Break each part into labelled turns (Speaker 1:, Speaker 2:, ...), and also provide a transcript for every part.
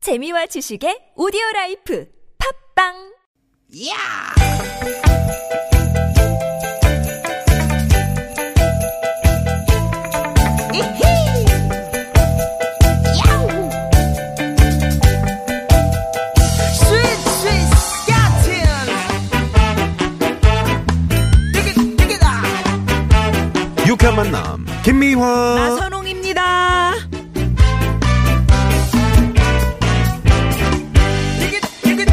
Speaker 1: 재미와 지식의 오디오 라이프 팝빵
Speaker 2: 야! 이히! 야우! 스윗, 스윗, 스캇틴! 띠깃, 띠깃아!
Speaker 3: 유쾌한 만남 김미화
Speaker 2: 나선홍입니다. 띠깃, 띠깃, 띠깃, 띠깃.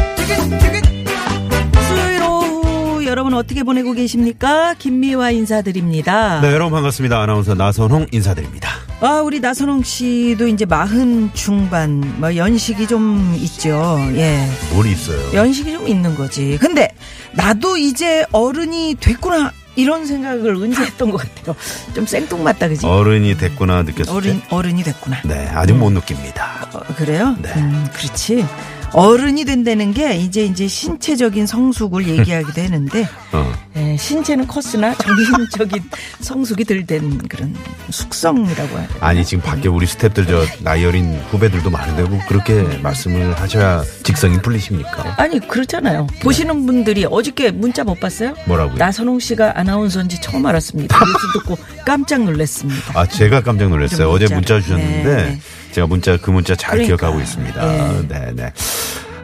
Speaker 4: 수요일 오후 여러분 어떻게 보내고 계십니까? 김미화 인사드립니다.
Speaker 3: 네 여러분 반갑습니다 아나운서 나선홍 인사드립니다
Speaker 4: 아 우리 나선홍 씨도 이제 마흔 중반 뭐 연식이 좀 있죠. 예,
Speaker 3: 뭘 있어요
Speaker 4: 연식이 좀 있는 거지. 근데 나도 이제 어른이 됐구나 이런 생각을 언제 했던 것 같아요. 좀 생뚱맞다 그지?
Speaker 3: 어른이 됐구나 느꼈을
Speaker 4: 어른
Speaker 3: 때?
Speaker 4: 어른이 됐구나.
Speaker 3: 네 아직 못 느낍니다
Speaker 4: 어, 그래요?
Speaker 3: 네.
Speaker 4: 음, 그렇지. 어른이 된다는 게 이제 이제 신체적인 성숙을 얘기하기도 했는데
Speaker 3: 어.
Speaker 4: 예, 신체는 컸으나 정신적인 성숙이 덜 된 그런 숙성이라고 해요.
Speaker 3: 아니 지금 밖에 우리 스탭들 저 나이 어린 후배들도 많은데 뭐 그렇게 말씀을 하셔야 직성이 풀리십니까
Speaker 4: 아니 그렇잖아요. 보시는 분들이 어저께 문자 못 봤어요?
Speaker 3: 네. 뭐라고요?
Speaker 4: 나선홍 씨가 아나운서인지 처음 알았습니다. 뉴스 듣고 깜짝 놀랐습니다.
Speaker 3: 아 제가 깜짝 놀랐어요
Speaker 4: 좀
Speaker 3: 어제 문자
Speaker 4: 문자를.
Speaker 3: 주셨는데
Speaker 4: 네, 예. 네.
Speaker 3: 제가 문자 그 문자 잘
Speaker 4: 그러니까.
Speaker 3: 기억하고 있습니다 네네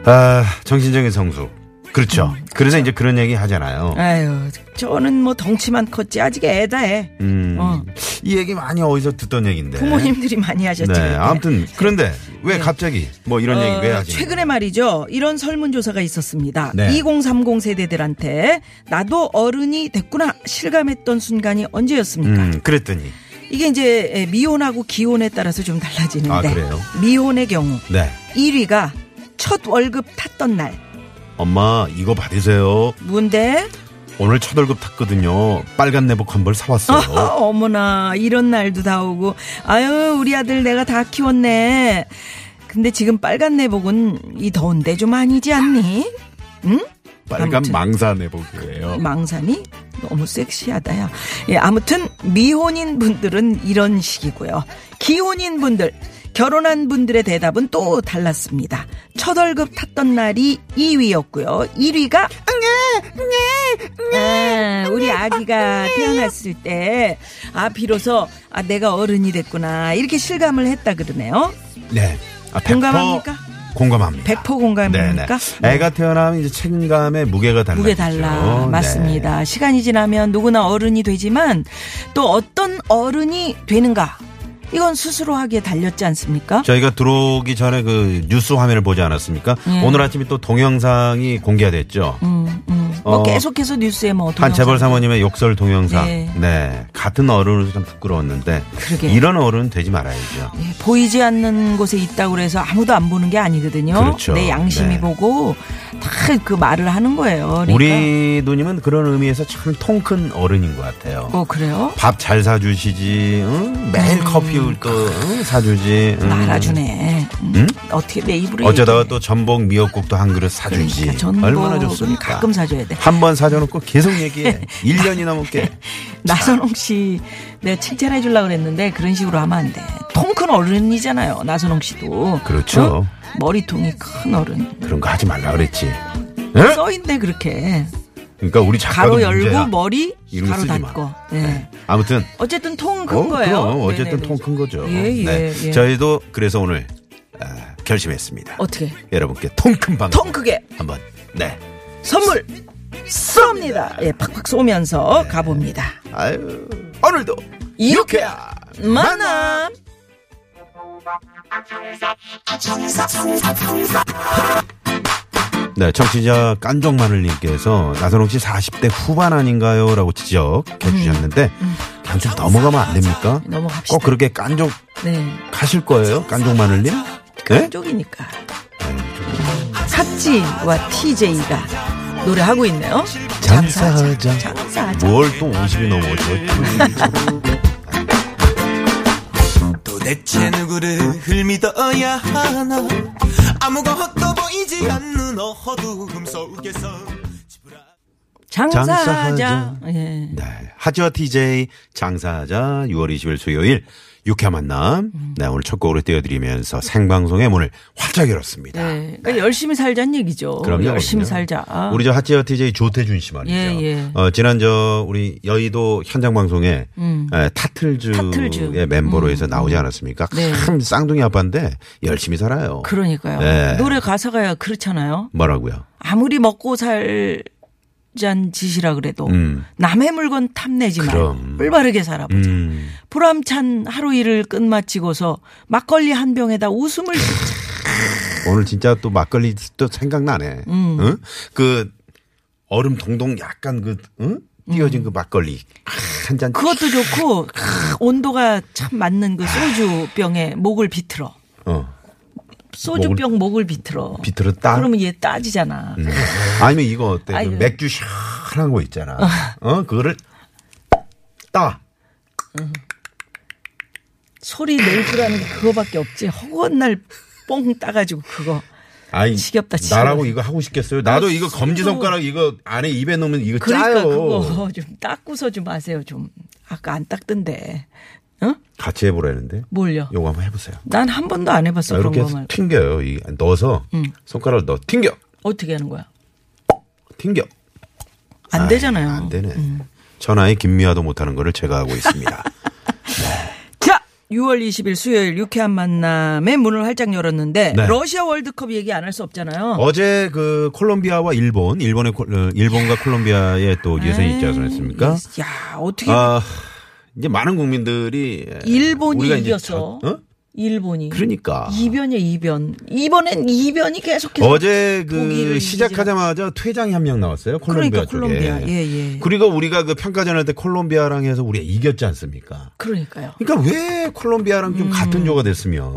Speaker 3: 아 정신적인 성숙
Speaker 4: 음,
Speaker 3: 그렇죠 그래서 이제 그런 얘기 하잖아요
Speaker 4: 예. 아유 저는 뭐 덩치만 컸지 아직 애다해.
Speaker 3: 음,
Speaker 4: 어.
Speaker 3: 이 얘기 많이 어디서 듣던 얘기인데
Speaker 4: 부모님들이 많이 하셨지.
Speaker 3: 네,
Speaker 4: 그렇게.
Speaker 3: 아무튼 그런데 왜 갑자기 뭐 이런 얘기 왜
Speaker 4: 네. 어,
Speaker 3: 하지?
Speaker 4: 최근에 말이죠. 이런 설문조사가 있었습니다.
Speaker 3: 네.
Speaker 4: 2030 세대들한테 나도 어른이 됐구나 실감했던 순간이 언제였습니까?
Speaker 3: 음, 그랬더니
Speaker 4: 이게 이제 예, 미혼하고 기혼에 따라서 좀 달라지는데
Speaker 3: 아, 그래요?
Speaker 4: 미혼의 경우
Speaker 3: 네
Speaker 4: 1위가 첫 월급 탔던 날
Speaker 3: 엄마 이거 받으세요.
Speaker 4: 뭔데?
Speaker 3: 오늘 첫 월급 탔거든요. 빨간 내복 한 벌 사왔어요.
Speaker 4: 어, 머나 이런 날도 다 오고 아유 우리 아들 내가 다 키웠네 근데 지금 빨간 내복은 이 더운데 좀 아니지 않니?
Speaker 3: 빨간
Speaker 4: 아무튼.
Speaker 3: 망사 내복이에요.
Speaker 4: 어. 망상이 너무 섹시하다야. 예, 아무튼 미혼인 분들은 이런 식이고요. 기혼인 분들, 결혼한 분들의 대답은 또 달랐습니다. 첫 월급 탔던 날이 2위였고요. 1위가 아, 우리 아기가 태어났을 때, 아, 비로소, 아, 내가 어른이 됐구나. 이렇게 실감을 했다 그러네요.
Speaker 3: 네. 아, 100%
Speaker 4: 공감합니까?
Speaker 3: 공감합니다.
Speaker 4: 100% 공감입니까?
Speaker 3: 네네. 애가 태어나면 이제 책임감의 무게가 네. 달라.
Speaker 4: 무게 달라. 맞습니다. 시간이 지나면 누구나 어른이 되지만 또 어떤 어른이 되는가. 이건 스스로 하기에 달렸지 않습니까?
Speaker 3: 저희가 들어오기 전에 그 뉴스 화면을 보지 않았습니까?
Speaker 4: 예.
Speaker 3: 오늘 아침에 또 동영상이 공개가 됐죠.
Speaker 4: 음, 음. 뭐
Speaker 3: 어,
Speaker 4: 계속해서 뉴스에 뭐 동영상-
Speaker 3: 한재벌 사모님의 욕설 동영상. 네.
Speaker 4: 네.
Speaker 3: 같은 어른으로서 참 부끄러웠는데.
Speaker 4: 그러게요.
Speaker 3: 이런 어른은 되지 말아야죠.
Speaker 4: 예, 보이지 않는 곳에 있다고 그래서 아무도 안 보는 게 아니거든요.
Speaker 3: 그렇죠.
Speaker 4: 내 양심이
Speaker 3: 네.
Speaker 4: 보고 다 그 말을 하는 거예요. 그러니까.
Speaker 3: 우리 누님은 그런 의미에서 참 통 큰 어른인 것 같아요.
Speaker 4: 어 그래요?
Speaker 3: 밥 잘 사주시지, 응? 매일 커피 울거 응? 사주지. 응.
Speaker 4: 그 말아주네. 음.
Speaker 3: 음?
Speaker 4: 어떻게 내 입으로
Speaker 3: 어쩌다가
Speaker 4: 얘기해.
Speaker 3: 또 전복 미역국도 한 그릇 사주지.
Speaker 4: 그러니까 전복은
Speaker 3: 얼마나 좋습니까?
Speaker 4: 가끔 사줘야 네. 돼.
Speaker 3: 한 번 사줘놓고 계속 얘기해. 1년이 넘게.
Speaker 4: 나선홍 씨 내가 칭찬해 주려고 그랬는데 그런 식으로 하면 안 돼. 통 큰 어른이잖아요. 나선홍 씨도.
Speaker 3: 그렇죠.
Speaker 4: 응? 머리통이 큰 어른.
Speaker 3: 그런 거 하지 말라 그랬지. 응?
Speaker 4: 써 있네 그렇게.
Speaker 3: 그러니까 우리 작가도
Speaker 4: 가로 열고 뭐-
Speaker 3: 문제야.
Speaker 4: 머리
Speaker 3: 이름
Speaker 4: 가로
Speaker 3: 쓰지 마.
Speaker 4: 닫고. 네.
Speaker 3: 아무튼
Speaker 4: 어쨌든 통 큰
Speaker 3: 어,
Speaker 4: 거예요.
Speaker 3: 그럼 어쨌든
Speaker 4: 네네네.
Speaker 3: 통 큰 거죠.
Speaker 4: 예, 예,
Speaker 3: 네.
Speaker 4: 예.
Speaker 3: 저희도 그래서 오늘 아, 결심했습니다.
Speaker 4: 어떻게?
Speaker 3: 여러분께 통 큰 방송
Speaker 4: 통 크게
Speaker 3: 한번 네.
Speaker 4: 선물 쏩니다. 예, 팍팍 쏘면서 가봅니다.
Speaker 3: 네. 아유 오늘도
Speaker 4: 이렇게
Speaker 3: 야
Speaker 4: 만남.
Speaker 3: 네,
Speaker 4: 아.
Speaker 3: 청취자 깐종마늘님께서 나선홍 씨 40대 후반 아닌가요? 라고 지적해
Speaker 4: 음,
Speaker 3: 주셨는데 그냥 좀 넘어가면 안 됩니까?
Speaker 4: 넘어갑시다.
Speaker 3: 꼭 그렇게 깐종
Speaker 4: 네.
Speaker 3: 가실 거예요? 깐종마늘님? 네?
Speaker 4: 쪽이니까. 삽지와 TJ가 노래하고 있네요.
Speaker 3: 장사하자.
Speaker 4: 장사하자.
Speaker 3: 뭘 또 50이 넘어
Speaker 5: 도대체 누구를 믿어야 하나 아무것도 보이지 않는 어두움 속에서 지푸라-
Speaker 4: 장사하자.
Speaker 3: 장사하자.
Speaker 4: 예.
Speaker 3: 네. 하지와 TJ 장사하자 6월 20일 수요일 유쾌한 만남.
Speaker 4: 음.
Speaker 3: 네, 오늘 첫 곡으로 띄워드리면서 생방송의 문을 활짝 열었습니다.
Speaker 4: 네. 그러니까 열심히 살자는 얘기죠.
Speaker 3: 그럼요.
Speaker 4: 열심히
Speaker 3: 그럼요.
Speaker 4: 살자. 아.
Speaker 3: 우리 저 핫지어 TJ 조태준 씨 말이죠.
Speaker 4: 예, 예.
Speaker 3: 어, 지난 저 우리 여의도 현장 방송에 에, 타틀즈의
Speaker 4: 음. 타틀즈.
Speaker 3: 멤버로 해서 나오지 않았습니까?
Speaker 4: 음. 네.
Speaker 3: 참 쌍둥이 아빠인데 열심히 살아요.
Speaker 4: 그러니까요.
Speaker 3: 네.
Speaker 4: 노래 가사가 그렇잖아요.
Speaker 3: 뭐라고요?
Speaker 4: 아무리 먹고 살잔 짓이라 그래도
Speaker 3: 음.
Speaker 4: 남의 물건 탐내지
Speaker 3: 그럼.
Speaker 4: 말고 올바르게 살아보자.
Speaker 3: 음.
Speaker 4: 보람찬 하루 일을 끝마치고서 막걸리 한 병에다 웃음을 짓자.
Speaker 3: 오늘 진짜 또 막걸리 또 생각나네.
Speaker 4: 음.
Speaker 3: 응? 그 얼음 동동 약간 그 응? 띄어진 그 막걸리 한 잔.
Speaker 4: 음. 그것도 좋고 크, 온도가 참 맞는 그 소주병에 목을 비틀어.
Speaker 3: 어.
Speaker 4: 소주병 목을 비틀어.
Speaker 3: 비틀어 따?
Speaker 4: 그러면 얘 따지잖아.
Speaker 3: 음. 아니면 이거 어때? 그
Speaker 4: 아이고.
Speaker 3: 맥주 시원한 거 있잖아. 어, 그거를 따.
Speaker 4: 소리 낼 줄 아는 게 그거밖에 없지. 허구한 날 뽕 따가지고 그거.
Speaker 3: 아이,
Speaker 4: 지겹다, 지겹다.
Speaker 3: 나라고 이거 하고 싶겠어요. 나도 이거 검지 손가락 이거 안에 입에 넣으면 이거
Speaker 4: 그러니까
Speaker 3: 짜요.
Speaker 4: 그거 좀 닦고서 좀 하세요. 좀 아까 안 닦던데. 어?
Speaker 3: 같이 해보라는데.
Speaker 4: 뭘요?
Speaker 3: 요거 한번 해보세요.
Speaker 4: 난 한 번도 안 해봤어 그런
Speaker 3: 이렇게
Speaker 4: 거 음.
Speaker 3: 해서
Speaker 4: 말고.
Speaker 3: 튕겨요. 이 넣어서 손가락을 넣어 튕겨,
Speaker 4: 어떻게 하는 거야?
Speaker 3: 튕겨.
Speaker 4: 안
Speaker 3: 아이,
Speaker 4: 되잖아요.
Speaker 3: 안 되네. 전화에 김미아도 못하는 거를 제가 하고 있습니다.
Speaker 4: 자, 6월 20일 수요일 유쾌한 만남의 문을 활짝 열었는데
Speaker 3: 네.
Speaker 4: 러시아 월드컵 얘기 안 할 수 없잖아요.
Speaker 3: 어제 그 콜롬비아와 일본, 일본의 콜- 어, 일본과 콜롬비아의 또 예선이 있지
Speaker 4: 아,
Speaker 3: 않습니까?
Speaker 4: 야, 어떻게
Speaker 3: 아, 이제 많은 국민들이
Speaker 4: 예.
Speaker 3: 예,
Speaker 4: 일본이
Speaker 3: 우리가 이제
Speaker 4: 이겼어.
Speaker 3: 저- 어?
Speaker 4: 일본이.
Speaker 3: 그러니까
Speaker 4: 이변이야, 이변. 이번엔 이변이 계속해서
Speaker 3: 어제
Speaker 4: 독일을
Speaker 3: 그
Speaker 4: 이기지
Speaker 3: 시작하자마자 퇴장이 한 명 나왔어요. 콜롬비아
Speaker 4: 그러니까
Speaker 3: 쪽에.
Speaker 4: 콜롬비아. 예, 예.
Speaker 3: 그리고 우리가 그 평가전 할 때 콜롬비아랑 해서 우리가 이겼지 않습니까?
Speaker 4: 그러니까요.
Speaker 3: 그러니까 왜 콜롬비아랑 좀 같은 조가 됐으면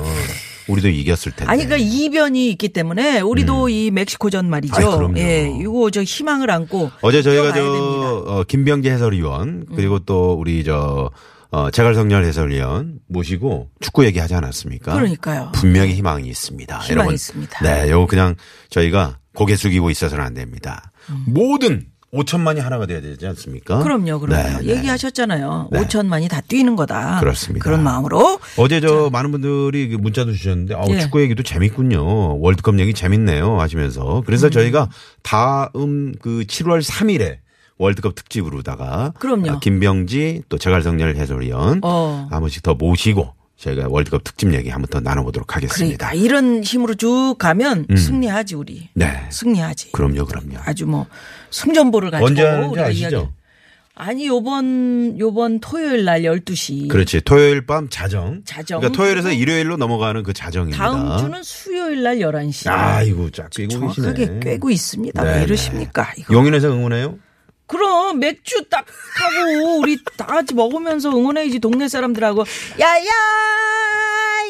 Speaker 3: 우리도 이겼을 텐데.
Speaker 4: 음. 아니, 그러니까 이변이 있기 때문에 우리도 이 멕시코전 말이죠.
Speaker 3: 음. 아이, 그럼요.
Speaker 4: 예, 이거 저 희망을 안고
Speaker 3: 어제 저희가 저
Speaker 4: 뛰어가야 됩니다. 음.
Speaker 3: 어, 김병재 해설위원 그리고 또 우리 저 어, 재갈성렬 해설위원 모시고 축구 얘기하지 않았습니까?
Speaker 4: 그러니까요.
Speaker 3: 분명히 희망이 있습니다.
Speaker 4: 희망이 있습니다.
Speaker 3: 네, 요거 그냥 저희가 고개 숙이고 있어서는 안 됩니다. 모든 5천만이 하나가 돼야 되지 않습니까?
Speaker 4: 음. 그럼요, 그럼요.
Speaker 3: 네, 네.
Speaker 4: 얘기하셨잖아요.
Speaker 3: 네.
Speaker 4: 5천만이 다 뛰는 거다.
Speaker 3: 그렇습니다.
Speaker 4: 런 마음으로
Speaker 3: 어제 저 많은 분들이 그 문자도 주셨는데 아우
Speaker 4: 예.
Speaker 3: 축구 얘기도 재밌군요. 월드컵 얘기 재밌네요 하시면서
Speaker 4: 음.
Speaker 3: 그래서 저희가 다음 그 7월 3일에 월드컵 특집으로다가
Speaker 4: 그럼요.
Speaker 3: 아, 김병지 또 제갈성렬 해설위원
Speaker 4: 어.
Speaker 3: 한 분씩 더 모시고 저희가 월드컵 특집 얘기 한번 더 나눠보도록 하겠습니다. 음.
Speaker 4: 그러니까 이런 힘으로 쭉 가면 승리하지 우리.
Speaker 3: 네.
Speaker 4: 승리하지.
Speaker 3: 그럼요, 그럼요.
Speaker 4: 아주 뭐 승전보를 가지고
Speaker 3: 언제 하는지
Speaker 4: 우리가
Speaker 3: 아시죠?
Speaker 4: 아, 이야기- 아니 요번 요번 토요일 날 12시.
Speaker 3: 그렇지. 토요일 밤 자정.
Speaker 4: 예. 자정.
Speaker 3: 그러니까 토요일에서 일요일로 넘어가는 그 자정입니다.
Speaker 4: 다음 주는 수요일 날 11시.
Speaker 3: 아이고 쫙 꿰고 계시네.
Speaker 4: 정확하게 꿰고 있습니다.
Speaker 3: 네,
Speaker 4: 왜
Speaker 3: 네.
Speaker 4: 이러십니까? 이거.
Speaker 3: 용인에서 응원해요?
Speaker 4: 그럼 맥주 딱 하고 우리 다 같이 먹으면서 응원해야지 동네 사람들하고 야야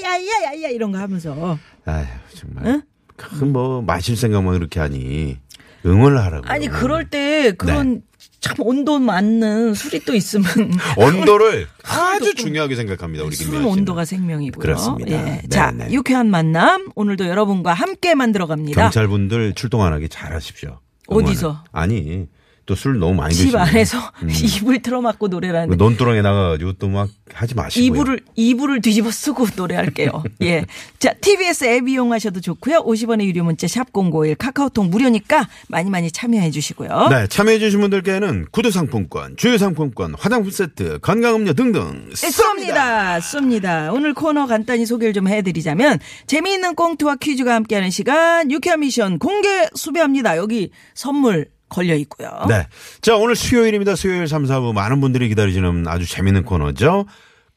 Speaker 4: 야야야야 이런 거 하면서
Speaker 3: 아휴 정말 그뭐 마실 생각만 그렇게 하니 응원을 하라고.
Speaker 4: 아니 그럴 때 그런
Speaker 3: 네.
Speaker 4: 참 온도 맞는 술이 또 있으면
Speaker 3: 온도를 아주
Speaker 4: 온도.
Speaker 3: 중요하게 생각합니다 우리 김미아
Speaker 4: 술은
Speaker 3: 씨.
Speaker 4: 온도가 생명이고요.
Speaker 3: 그렇습니다.
Speaker 4: 예.
Speaker 3: 네,
Speaker 4: 자
Speaker 3: 네.
Speaker 4: 유쾌한 만남 오늘도 여러분과 함께 만들어갑니다.
Speaker 3: 경찰분들 출동 안 하게 잘하십시오.
Speaker 4: 어디서?
Speaker 3: 아니 또 술 너무 많이
Speaker 4: 집
Speaker 3: 드시고
Speaker 4: 안에서
Speaker 3: 음.
Speaker 4: 이불 틀어막고 노래라는
Speaker 3: 논두렁에 나가가지고 또 막 하지 마시고
Speaker 4: 이불을 이불을 뒤집어 쓰고 노래할게요. 예. 자, TBS 앱 이용하셔도 좋고요. 50원의 유료 문자 샵 #051 카카오톡 무료니까 많이 많이 참여해 주시고요.
Speaker 3: 네 참여해주신 분들께는 구두 상품권, 주유 상품권, 화장품 세트, 건강음료 등등 쏩니다.
Speaker 4: 네, 쏩니다. 쏩니다. 오늘 코너 간단히 소개를 좀 해드리자면 재미있는 꽁트와 퀴즈가 함께하는 시간 유쾌한 미션 공개 수배합니다. 여기 선물 걸려 있고요.
Speaker 3: 네. 자, 오늘 수요일입니다. 수요일 3, 4부. 많은 분들이 기다리시는 아주 재밌는 코너죠.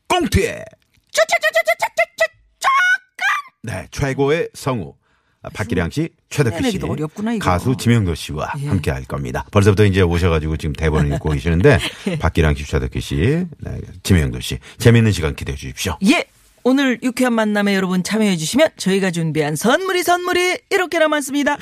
Speaker 3: 꽁트에! 네. 최고의 성우. 아, 박기량 씨, 최덕기 씨.
Speaker 4: 해내기도 어렵구나, 이거.
Speaker 3: 가수 지명도 씨와 함께 할 겁니다. 벌써부터 이제 오셔가지고 지금 대본을 읽고 계시는데, 박기량 씨, 최덕기 씨, 네, 지명도 씨. 재밌는 시간 기대해 주십시오.
Speaker 4: 예. 오늘 유쾌한 만남에 여러분 참여해 주시면 저희가 준비한 선물이 선물이 이렇게나 많습니다.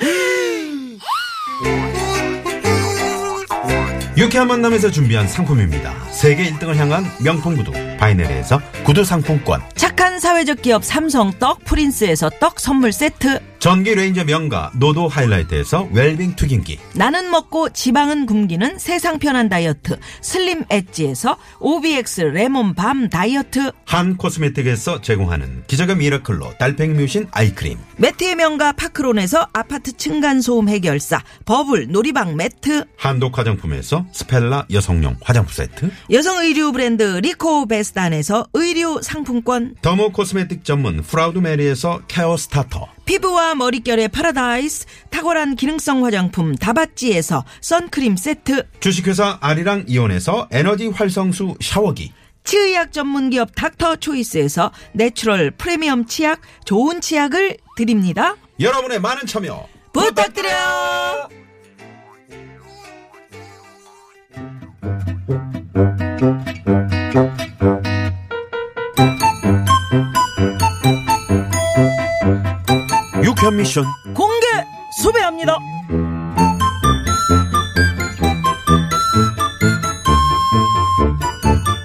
Speaker 3: 유쾌한 만남에서 준비한 상품입니다. 세계 1등을 향한 명품 구두, 바이네리에서 구두 상품권,
Speaker 4: 착한 사회적 기업 삼성 떡 프린스에서 떡 선물 세트.
Speaker 3: 전기 레인저 명가 노도 하이라이트에서 웰빙 튀김기,
Speaker 4: 나는 먹고 지방은 굶기는 세상 편한 다이어트. 슬림 엣지에서 OBX 레몬밤 다이어트.
Speaker 3: 한 코스메틱에서 제공하는 기적의 미라클로 달팽이 뮤신 아이크림,
Speaker 4: 매트의 명가 파크론에서 아파트 층간소음 해결사. 버블 놀이방 매트.
Speaker 3: 한독 화장품에서 스펠라 여성용 화장품 세트,
Speaker 4: 여성 의류 브랜드 리코 베스단에서 의류 상품권.
Speaker 3: 더모 코스메틱 전문 프라우드 메리에서 케어 스타터,
Speaker 4: 피부와 머릿결의 파라다이스. 탁월한 기능성 화장품 다바찌에서 선크림 세트.
Speaker 3: 주식회사 아리랑 이온에서 에너지 활성수 샤워기,
Speaker 4: 치의학 전문기업 닥터 초이스에서 내추럴 프리미엄 치약, 좋은 치약을 드립니다.
Speaker 3: 여러분의 많은 참여
Speaker 4: 부탁드려요.
Speaker 3: 유쾌한 미션
Speaker 4: 공개 수배합니다.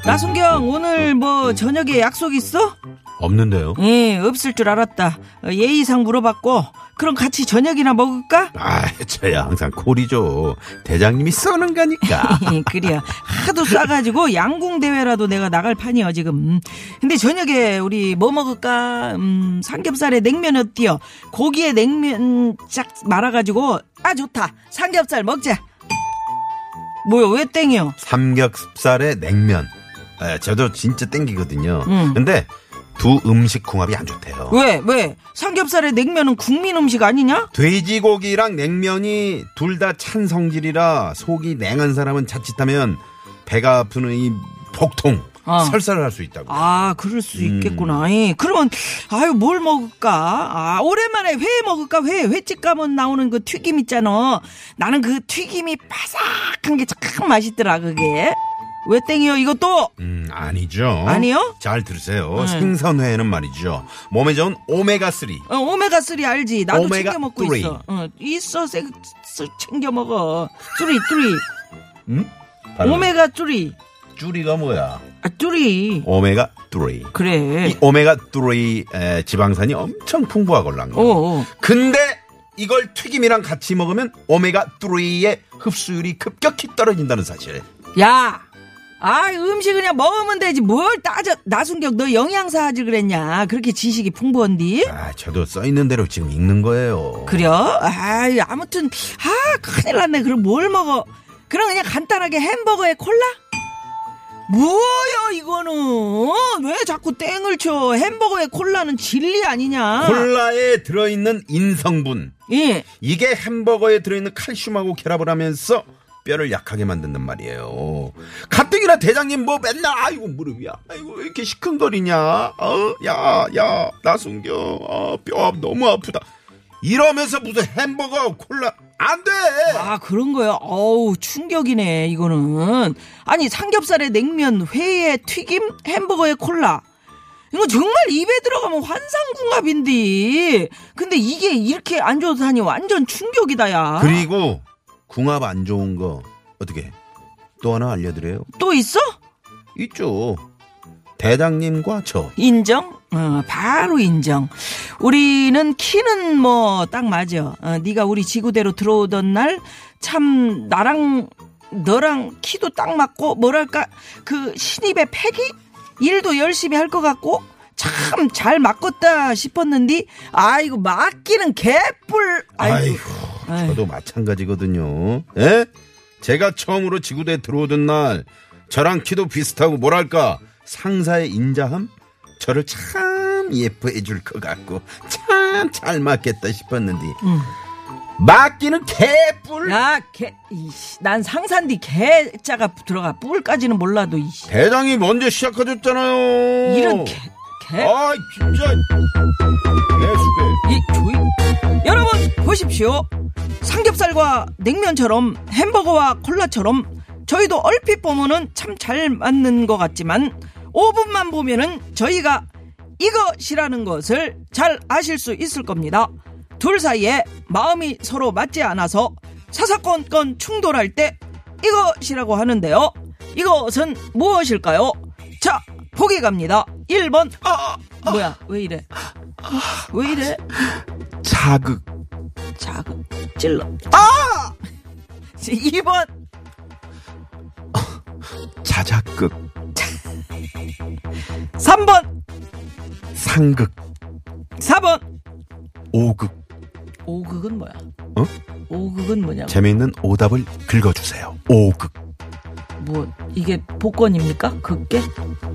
Speaker 4: 나순경 오늘 뭐 저녁에 약속 있어?
Speaker 3: 없는데요.
Speaker 4: 예, 없을 줄 알았다. 어, 예의상 물어봤고 그럼 같이 저녁이나 먹을까?
Speaker 3: 아, 저야 항상 콜이죠. 대장님이 써는 거니까.
Speaker 4: 예, 그래야 하도 싸가지고 양궁 대회라도 내가 나갈 판이야 지금. 음. 근데 저녁에 우리 뭐 먹을까? 음, 삼겹살에 냉면 어때요? 고기에 냉면 쫙 말아가지고 아 좋다. 삼겹살 먹자. 뭐야 왜 땡이요?
Speaker 3: 삼겹살에 냉면. 아, 저도 진짜 땡기거든요.
Speaker 4: 음.
Speaker 3: 근데 두 음식 궁합이 안 좋대요.
Speaker 4: 왜 왜? 삼겹살에 냉면은 국민 음식 아니냐?
Speaker 3: 돼지고기랑 냉면이 둘 다 찬 성질이라 속이 냉한 사람은 자칫하면 배가 아프는 이 복통
Speaker 4: 어.
Speaker 3: 설사를 할 수 있다고.
Speaker 4: 아 그럴 수 있겠구나.
Speaker 3: 음.
Speaker 4: 예. 그러면 아유 뭘 먹을까? 아 오랜만에 회 먹을까? 회 회집 가면 나오는 그 튀김 있잖아. 나는 그 튀김이 바삭한 게 참 맛있더라 그게. 왜 땡이요 이것도?
Speaker 3: 음, 아니죠.
Speaker 4: 아니요? 네.
Speaker 3: 잘 들으세요. 생선회는 말이죠. 몸에 좋은 오메가3.
Speaker 4: 어, 오메가 3 알지? 나도
Speaker 3: 오메가
Speaker 4: 챙겨 먹고
Speaker 3: 쓰리.
Speaker 4: 있어. 어, 있어 세, 세- 챙겨 먹어. 쭈리 쭈리 오메가 쭈리
Speaker 3: 줄이가 뭐야?
Speaker 4: 아 쭈리.
Speaker 3: 오메가3.
Speaker 4: 그래.
Speaker 3: 이 오메가3 에, 지방산이 엄청 풍부하고 올란 거.
Speaker 4: 오. 오.
Speaker 3: 근데 이걸 튀김이랑 같이 먹으면 오메가3의 흡수율이 급격히 떨어진다는 사실.
Speaker 4: 야, 아 음식 그냥 먹으면 되지 뭘 따져 나순경 너 영양사 하지 그랬냐 그렇게 지식이 풍부한디?
Speaker 3: 아, 저도 써 있는 대로 지금 읽는 거예요.
Speaker 4: 그려? 아 아무튼 아 큰일 났네 그럼 뭘 먹어? 그럼 그냥 간단하게 햄버거에 콜라? 뭐야 이거는 왜 자꾸 땡을 쳐 햄버거에 콜라는 진리 아니냐?
Speaker 3: 콜라에 들어있는 인성분.
Speaker 4: 예.
Speaker 3: 이게 햄버거에 들어있는 칼슘하고 결합을 하면서 뼈를 약하게 만든단 말이에요. 가뜩이나 대장님 뭐 맨날 아이고 무릎이야. 아이고 왜 이렇게 시큰거리냐. 어? 야, 야, 나순경. 어, 뼈 너무 아프다. 이러면서 무슨 햄버거 콜라 안 돼.
Speaker 4: 아 그런 거야. 어우 충격이네 이거는. 아니 삼겹살에 냉면, 회에 튀김, 햄버거에 콜라. 이거 정말 입에 들어가면 환상궁합인데. 근데 이게 이렇게 안 좋아서 하니 완전 충격이다야.
Speaker 3: 그리고 궁합 안 좋은 거 어떻게 또 하나 알려드려요.
Speaker 4: 또 있어?
Speaker 3: 있죠. 대장님과 저.
Speaker 4: 인정? 어, 바로 인정. 우리는 키는 뭐 딱 맞아. 어, 네가 우리 지구대로 들어오던 날 참 나랑 너랑 키도 딱 맞고 뭐랄까 그 신입의 패기 일도 열심히 할 것 같고 참 잘 맞겄다 싶었는데 아이고 맡기는 개뿔.
Speaker 3: 아이고,
Speaker 4: 아이고. 아이고.
Speaker 3: 저도 마찬가지거든요. 예? 제가 처음으로 지구대에 들어오던 날 저랑 키도 비슷하고 뭐랄까 상사의 인자함 저를 참 예뻐해 줄 것 같고 참 잘 맞겠다 싶었는데 맡기는 개뿔
Speaker 4: 야, 개, 이씨, 난 상산디 개자가 들어가 뿔까지는 몰라도 이씨,
Speaker 3: 대장이 먼저 시작하셨잖아요.
Speaker 4: 이런 개, 개.
Speaker 3: 아 진짜 개수배.
Speaker 4: 이 조이 여러분 보십시오 삼겹살과 냉면처럼 햄버거와 콜라처럼 저희도 얼핏 보면은 참 잘 맞는 것 같지만 5분만 보면은 저희가 이것이라는 것을 잘 아실 수 있을 겁니다 둘 사이에 마음이 서로 맞지 않아서 사사건건 충돌할 때 이것이라고 하는데요 이것은 무엇일까요 자 보기 갑니다. 1번. 아, 뭐야? 왜 이래? 왜 이래?
Speaker 3: 자극.
Speaker 4: 자극 찔러. 아! 2번.
Speaker 3: 자작극.
Speaker 4: 3번.
Speaker 3: 상극.
Speaker 4: 4번.
Speaker 3: 오극.
Speaker 4: 오극은 뭐야?
Speaker 3: 어?
Speaker 4: 오극은 뭐냐? 고
Speaker 3: 재미있는 오답을 긁어주세요. 오극.
Speaker 4: 뭐 이게 복권입니까? 그게?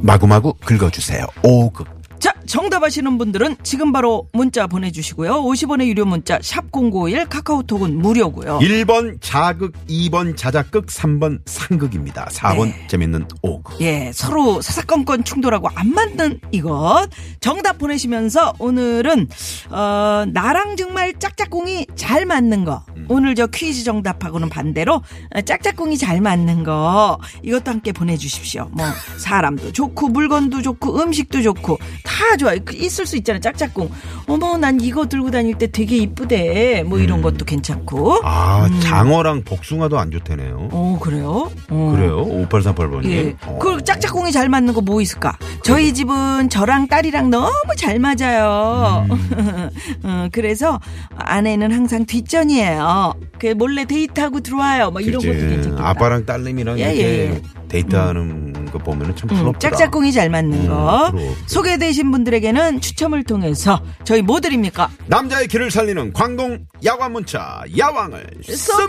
Speaker 3: 마구마구 긁어주세요. 오극.
Speaker 4: 자, 정답 아시는 분들은 지금 바로 문자 보내주시고요. 50원의 유료 문자 샵 #051 카카오톡은 무료고요.
Speaker 3: 1번 자극, 2번 자작극, 3번 상극입니다. 4번
Speaker 4: 네.
Speaker 3: 재밌는 오극.
Speaker 4: 예, 서로 사사건건 충돌하고 안 맞는 이것. 정답 보내시면서 오늘은, 어, 나랑 정말 짝짝꿍이 잘 맞는 거.
Speaker 3: 음.
Speaker 4: 오늘 저 퀴즈 정답하고는 반대로 어, 짝짝꿍이 잘 맞는 거. 이것도 함께 보내주십시오. 뭐, 사람도 좋고, 물건도 좋고, 음식도 좋고, 다 좋아. 그 있을 수 있잖아, 짝짝꿍. 어머, 난 이거 들고 다닐 때 되게 이쁘대. 뭐 이런 것도 괜찮고.
Speaker 3: 음. 아,
Speaker 4: 음.
Speaker 3: 장어랑 복숭아도 안 좋대네요.
Speaker 4: 오, 그래요? 어.
Speaker 3: 그래요? 어. 5838번님.
Speaker 4: 예. 그 짝짝꿍이 잘 맞는 거 뭐 있을까?
Speaker 3: 네.
Speaker 4: 저희 집은 저랑 딸이랑 너무 잘 맞아요.
Speaker 3: 음.
Speaker 4: 어, 그래서 아내는 항상 뒷전이에요. 그 몰래 데이트하고 들어와요. 뭐 이런 것도 괜찮겠다.
Speaker 3: 아빠랑 딸님이랑
Speaker 4: 예,
Speaker 3: 이렇게
Speaker 4: 예,
Speaker 3: 데이트하는 거 보면 참
Speaker 4: 음,
Speaker 3: 부럽다.
Speaker 4: 짝짝꿍이 잘 맞는
Speaker 3: 음,
Speaker 4: 거.
Speaker 3: 부러워.
Speaker 4: 소개되신 분들에게는 추첨을 통해서 저희 뭐 드립니까?
Speaker 3: 남자의 길을 살리는 광동 야광 문자 야왕을 쏩니다.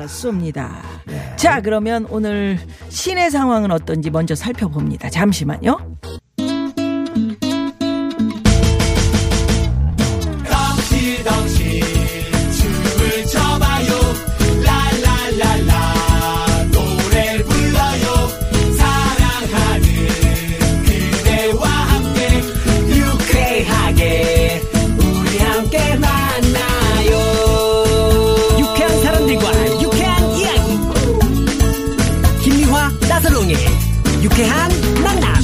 Speaker 3: 네.
Speaker 4: 쏩니다. 쏩니다. 자, 그러면 오늘 시내 상황은 어떤지 먼저 살펴봅니다. 잠시만요.
Speaker 6: 유쾌한 사람들과 유쾌한 이야기 김미화 나서롱의 유쾌한 만남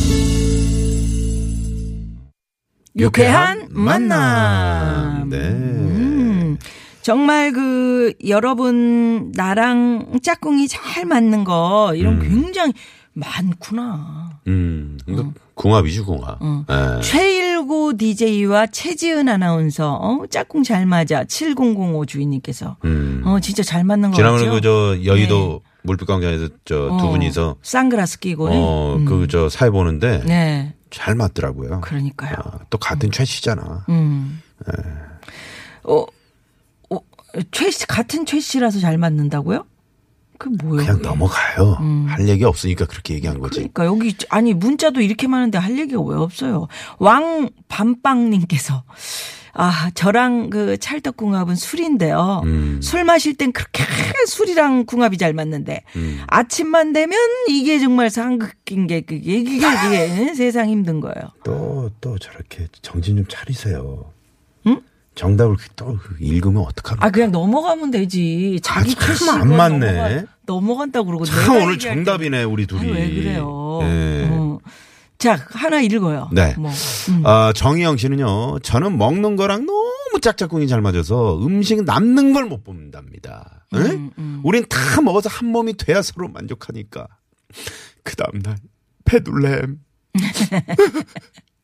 Speaker 4: 유쾌한 만남.
Speaker 3: 네.
Speaker 4: 음, 정말 그 여러분 나랑 짝꿍이 잘 맞는 거 이런 굉장히 많구나.
Speaker 3: 음, 이거 궁합이지 궁합.
Speaker 4: 음.
Speaker 3: 예.
Speaker 4: 최일고 DJ와 최지은 아나운서 어, 짝꿍 잘 맞아 7005 주인님께서
Speaker 3: 음.
Speaker 4: 어 진짜 잘 맞는 거
Speaker 3: 지난번에
Speaker 4: 같죠?
Speaker 3: 그 저 여의도 물빛광장에서 저 두
Speaker 4: 네. 어,
Speaker 3: 분이서
Speaker 4: 선글라스 끼고
Speaker 3: 어 그 저 사회 보는데
Speaker 4: 네
Speaker 3: 잘 맞더라고요.
Speaker 4: 그러니까요.
Speaker 3: 아, 또 같은 최 씨잖아.
Speaker 4: 음. 어, 어, 최 씨, 같은 최 씨라서 잘 맞는다고요? 그 뭐예요?
Speaker 3: 그냥 넘어가요.
Speaker 4: 음.
Speaker 3: 할 얘기 없으니까 그렇게 얘기한 거지.
Speaker 4: 그러니까 여기 아니 문자도 이렇게 많은데 할 얘기가 왜 없어요? 왕 밤빵님께서 아 저랑 그 찰떡궁합은 술인데요.
Speaker 3: 음.
Speaker 4: 술 마실 땐 그렇게 술이랑 궁합이 잘 맞는데
Speaker 3: 음.
Speaker 4: 아침만 되면 이게 정말 상극인 게 그게 이게
Speaker 3: 아.
Speaker 4: 이게 세상 힘든 거예요.
Speaker 3: 또 또 저렇게 정신 좀 차리세요. 정답을 또그 읽으면 어떡합니까?
Speaker 4: 아 그냥 넘어가면 되지. 자기
Speaker 3: 아, 참
Speaker 4: 캐시가
Speaker 3: 안 맞네.
Speaker 4: 넘어간, 다고 그러고
Speaker 3: 참
Speaker 4: 내가
Speaker 3: 오늘
Speaker 4: 얘기할
Speaker 3: 정답이네 우리
Speaker 4: 때는 아,
Speaker 3: 둘이.
Speaker 4: 왜 그래요?
Speaker 3: 예.
Speaker 4: 어. 자 하나 읽어요.
Speaker 3: 네.
Speaker 4: 뭐.
Speaker 3: 아, 정희영 씨는요. 저는 먹는 거랑 너무 짝짝꿍이 잘 맞아서 음식 남는 걸 못 본답니다. 응?
Speaker 4: 음,
Speaker 3: 우린 다 먹어서 한 몸이 돼야 서로 만족하니까. 그 다음날 배둘렘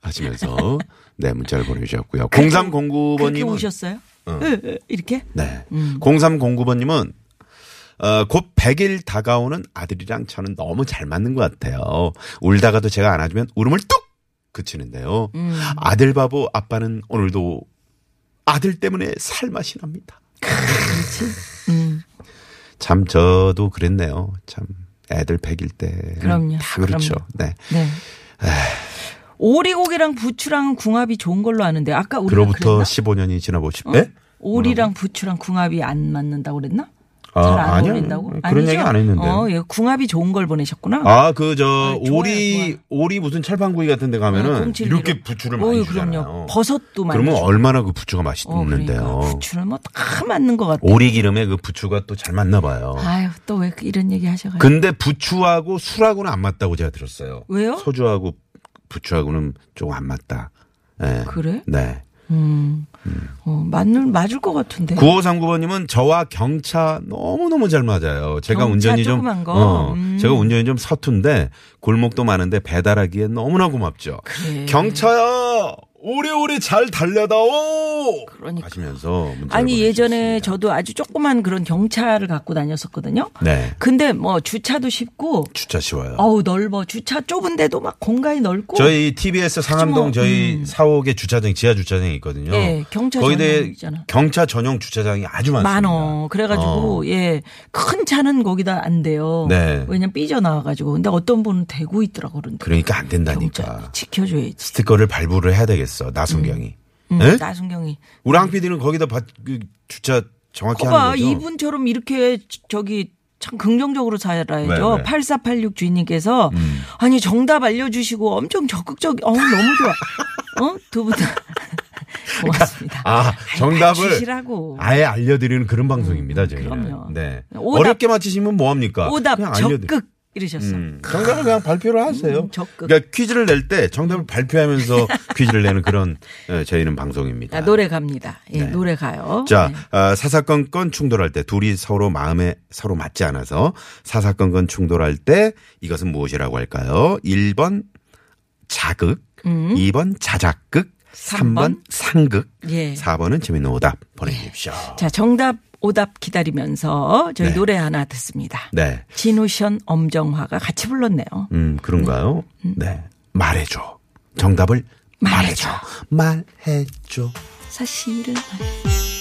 Speaker 3: 하시면서 네 문자를 보내주셨고요.
Speaker 4: 그렇게
Speaker 3: 0309번님은
Speaker 4: 오셨어요? 으, 으, 이렇게?
Speaker 3: 네.
Speaker 4: 음.
Speaker 3: 0309번님은 어, 곧 100일 다가오는 아들이랑 저는 너무 잘 맞는 것 같아요. 울다가도 제가 안아주면 울음을 뚝 그치는데요.
Speaker 4: 음.
Speaker 3: 아들 바보 아빠는 오늘도 아들 때문에 살맛이 납니다.
Speaker 4: 음.
Speaker 3: 참 저도 그랬네요. 참 애들 100일 때.
Speaker 4: 그럼요.
Speaker 3: 다 그렇죠.
Speaker 4: 그럼요.
Speaker 3: 네.
Speaker 4: 네. 오리고기랑 부추랑 궁합이 좋은 걸로 아는데 아까 우리가
Speaker 3: 그로부터
Speaker 4: 그랬나? 어?
Speaker 3: 15년이 지나보십 때.
Speaker 4: 오리랑 부추랑 궁합이 안 맞는다고 그랬나?
Speaker 3: 아,
Speaker 4: 잘 안
Speaker 3: 아니요.
Speaker 4: 어울린다고?
Speaker 3: 그런
Speaker 4: 아니죠?
Speaker 3: 얘기 안 했는데.
Speaker 4: 어, 예, 궁합이 좋은 걸 보내셨구나.
Speaker 3: 아, 그, 저,
Speaker 4: 네, 좋아요,
Speaker 3: 오리,
Speaker 4: 좋아요.
Speaker 3: 오리 무슨 철판구이 같은 데 가면은
Speaker 4: 어, 071 로.
Speaker 3: 이렇게 부추를
Speaker 4: 어이,
Speaker 3: 많이 주잖아요.
Speaker 4: 그럼요. 버섯도 많이
Speaker 3: 그러면
Speaker 4: 주고.
Speaker 3: 얼마나 그 부추가
Speaker 4: 어,
Speaker 3: 맛있는데요.
Speaker 4: 그러니까 부추는 뭐 다 맞는 것 같아.
Speaker 3: 오리 기름에 그 부추가 또 잘 맞나 봐요.
Speaker 4: 아유, 또 왜그 이런 얘기 하셔가지고.
Speaker 3: 근데 부추하고 술하고는 안 맞다고 제가 들었어요.
Speaker 4: 왜요?
Speaker 3: 소주하고 부추하고는 좀 안 맞다. 예.
Speaker 4: 그래?
Speaker 3: 네.
Speaker 4: 어, 맞는 맞을 것 같은데.
Speaker 3: 9539번님은 저와 경차 너무너무 잘 맞아요. 제가
Speaker 4: 경차
Speaker 3: 운전이 좀,
Speaker 4: 조그만 거?
Speaker 3: 어,
Speaker 4: 음.
Speaker 3: 제가 운전이 좀 서툰데 골목도 많은데 배달하기에 너무나 고맙죠.
Speaker 4: 그래.
Speaker 3: 경차야, 오래오래 잘 달려다오!
Speaker 4: 그러니까.
Speaker 3: 하시면서 문자를
Speaker 4: 아니 예전에
Speaker 3: 보내주셨습니다.
Speaker 4: 저도 아주 조그만 그런 경차를 갖고 다녔었거든요.
Speaker 3: 네.
Speaker 4: 근데 뭐 주차도 쉽고
Speaker 3: 주차 쉬워요.
Speaker 4: 어우 넓어 주차 좁은데도 막 공간이 넓고
Speaker 3: 저희 TBS 상암동
Speaker 4: 뭐,
Speaker 3: 저희 사옥에 주차장 지하 주차장이 있거든요.
Speaker 4: 예, 경차
Speaker 3: 거기에
Speaker 4: 전용이잖아.
Speaker 3: 경차 전용 주차장이 아주 많습니다.
Speaker 4: 많어. 그래가지고
Speaker 3: 어.
Speaker 4: 예 큰 차는 거기다 안 돼요.
Speaker 3: 네.
Speaker 4: 왜냐면 삐져 나와가지고 근데 어떤 분은 대고 있더라고 그런데
Speaker 3: 그러니까 안 된다니까.
Speaker 4: 경찰이 지켜줘야지.
Speaker 3: 스티커를 발부를 해야 되겠어. 나순경이.
Speaker 4: 음,
Speaker 3: 예?
Speaker 4: 나순경이
Speaker 3: 우리 황 PD는 거기다 바, 그 주차 정확히 하는
Speaker 4: 거봐
Speaker 3: 거죠.
Speaker 4: 이분처럼 이렇게 저- 저기 참 긍정적으로 살아야죠.
Speaker 3: 왜, 왜?
Speaker 4: 8486 주인님께서
Speaker 3: 음.
Speaker 4: 아니 정답 알려주시고 엄청 적극적. 어 너무 좋아. 어두분 다. 고맙습니다.
Speaker 3: 아
Speaker 4: 아이,
Speaker 3: 정답을
Speaker 4: 맞추시라고. 음,
Speaker 3: 아예 알려드리는 그런 방송입니다. 저희는.
Speaker 4: 그럼요.
Speaker 3: 네.
Speaker 4: 오답.
Speaker 3: 어렵게 맞히시면 뭐 합니까?
Speaker 4: 오답 적극 이러셨어.
Speaker 3: 음. 정답을 그냥 발표를 하세요.
Speaker 4: 음, 적극.
Speaker 3: 그러니까 퀴즈를 낼 때 정답을 발표하면서 퀴즈를 내는 그런 예, 저희는 방송입니다.
Speaker 4: 자, 아, 노래 갑니다. 예,
Speaker 3: 네.
Speaker 4: 노래 가요.
Speaker 3: 자,
Speaker 4: 네.
Speaker 3: 아, 사사건건 충돌할 때 둘이 서로 마음에 서로 맞지 않아서 사사건건 충돌할 때 이것은 무엇이라고 할까요? 1번 자극, 2번 자작극, 3번 상극,
Speaker 4: 예.
Speaker 3: 4번은 재밌는 오답 보내주십시오.
Speaker 4: 자, 정답 오답 기다리면서 저희
Speaker 3: 네.
Speaker 4: 노래 하나 듣습니다.
Speaker 3: 네.
Speaker 4: 진우션 엄정화가 같이 불렀네요.
Speaker 3: 음, 그런가요? 네. 말해줘. 정답을 말해줘. 말해줘.
Speaker 4: 사실을 말-